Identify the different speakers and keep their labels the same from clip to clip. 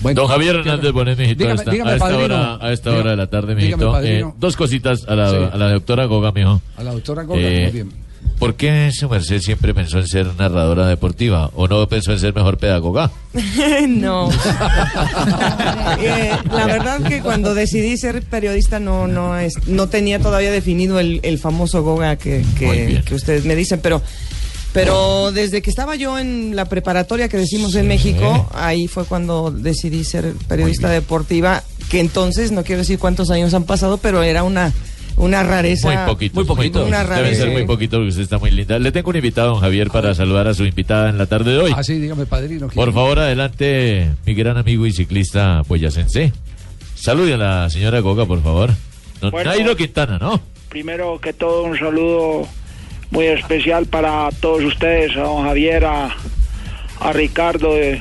Speaker 1: Bueno,
Speaker 2: Don Javier Hernández Bonet, mijito,
Speaker 1: Dígame,
Speaker 2: a esta-
Speaker 1: dígame,
Speaker 2: a esta,
Speaker 1: padrino.
Speaker 2: hora, a esta
Speaker 1: Dígame,
Speaker 2: hora de la tarde,
Speaker 1: dígame,
Speaker 2: mijito.
Speaker 1: padrino.
Speaker 2: Eh, dos cositas a la,
Speaker 1: Sí.
Speaker 2: a la doctora Goga, mijo. Eh,
Speaker 1: A la doctora Goga, muy bien.
Speaker 2: ¿Por qué su merced siempre pensó en ser narradora deportiva? ¿O no pensó en ser mejor pedagoga?
Speaker 3: no. Eh, la verdad que cuando decidí ser periodista no no es, no tenía todavía definido el, el famoso goga que, que- que ustedes me dicen, pero pero desde que estaba yo en la preparatoria que decimos en México, ahí fue cuando decidí ser periodista deportiva, que entonces no quiero decir cuántos años han pasado, pero era una una rareza.
Speaker 2: Muy poquito.
Speaker 3: Una
Speaker 2: Deben
Speaker 3: rareza.
Speaker 2: ser muy poquito porque usted está muy linda. Le tengo un invitado, don Javier, para saludar a su invitada en la tarde de hoy.
Speaker 1: Ah, sí, dígame, padrino. que-
Speaker 2: Por favor, adelante, mi gran amigo y ciclista Boyacense. Salude a la señora Goga, por favor. Don
Speaker 4: Bueno.
Speaker 2: Nairo Quintana, ¿no?
Speaker 4: Primero que todo, un saludo muy especial para todos ustedes, a don Javier, a, a Ricardo eh,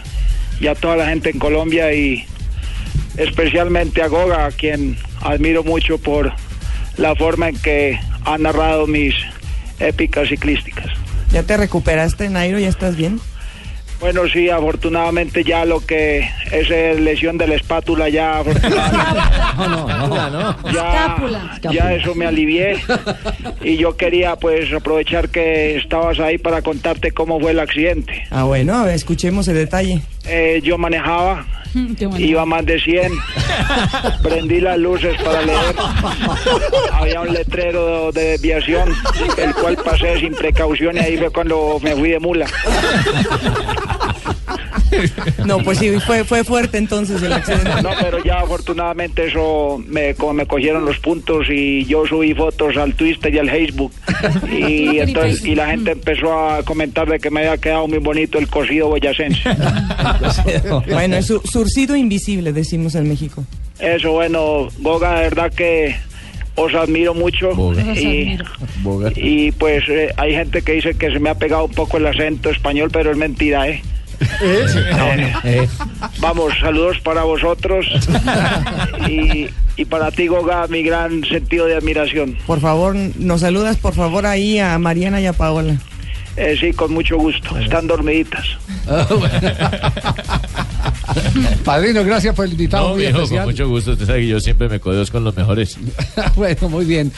Speaker 4: y a toda la gente en Colombia y especialmente a Goga, a quien admiro mucho por la forma en que ha narrado mis épicas ciclísticas.
Speaker 3: ¿Ya te recuperaste, Nairo? ¿Ya estás bien?
Speaker 4: Bueno, sí, afortunadamente ya lo que es eh, lesión de la espátula, ya afortunadamente ya, ya eso me alivié. Y yo quería pues aprovechar que estabas ahí para contarte cómo fue el accidente.
Speaker 3: Ah, bueno, a ver, escuchemos el detalle.
Speaker 4: Eh, yo manejaba, iba más de 100, prendí las luces para leer. Había un letrero de desviación, el cual pasé sin precaución y ahí fue cuando me fui de mula.
Speaker 3: No, pues sí, fue, fue fuerte entonces el accidente.
Speaker 4: No, pero ya afortunadamente eso me, co- me cogieron los puntos y yo subí fotos al Twitter y al Facebook. Y entonces y la gente empezó a comentar de que me había quedado muy bonito el cocido boyacense.
Speaker 3: Bueno, es su- surcido invisible, decimos en México.
Speaker 4: Eso bueno, Goga, de verdad que os admiro mucho
Speaker 2: Goga.
Speaker 4: y, y, pues eh, hay gente que dice que se me ha pegado un poco el acento español, pero es mentira, ¿eh? Vamos, saludos para vosotros y, y para ti, Goga, mi gran sentido de admiración.
Speaker 3: Por favor, nos saludas por favor ahí a Mariana y a Paola.
Speaker 4: Eh, sí, con mucho gusto. Están dormiditas.
Speaker 1: Padrino, gracias por el invitado
Speaker 2: No,
Speaker 1: muy
Speaker 2: viejo, con
Speaker 1: especial.
Speaker 2: mucho gusto. Usted sabe que yo siempre me codeo con los mejores.
Speaker 1: bueno, muy bien.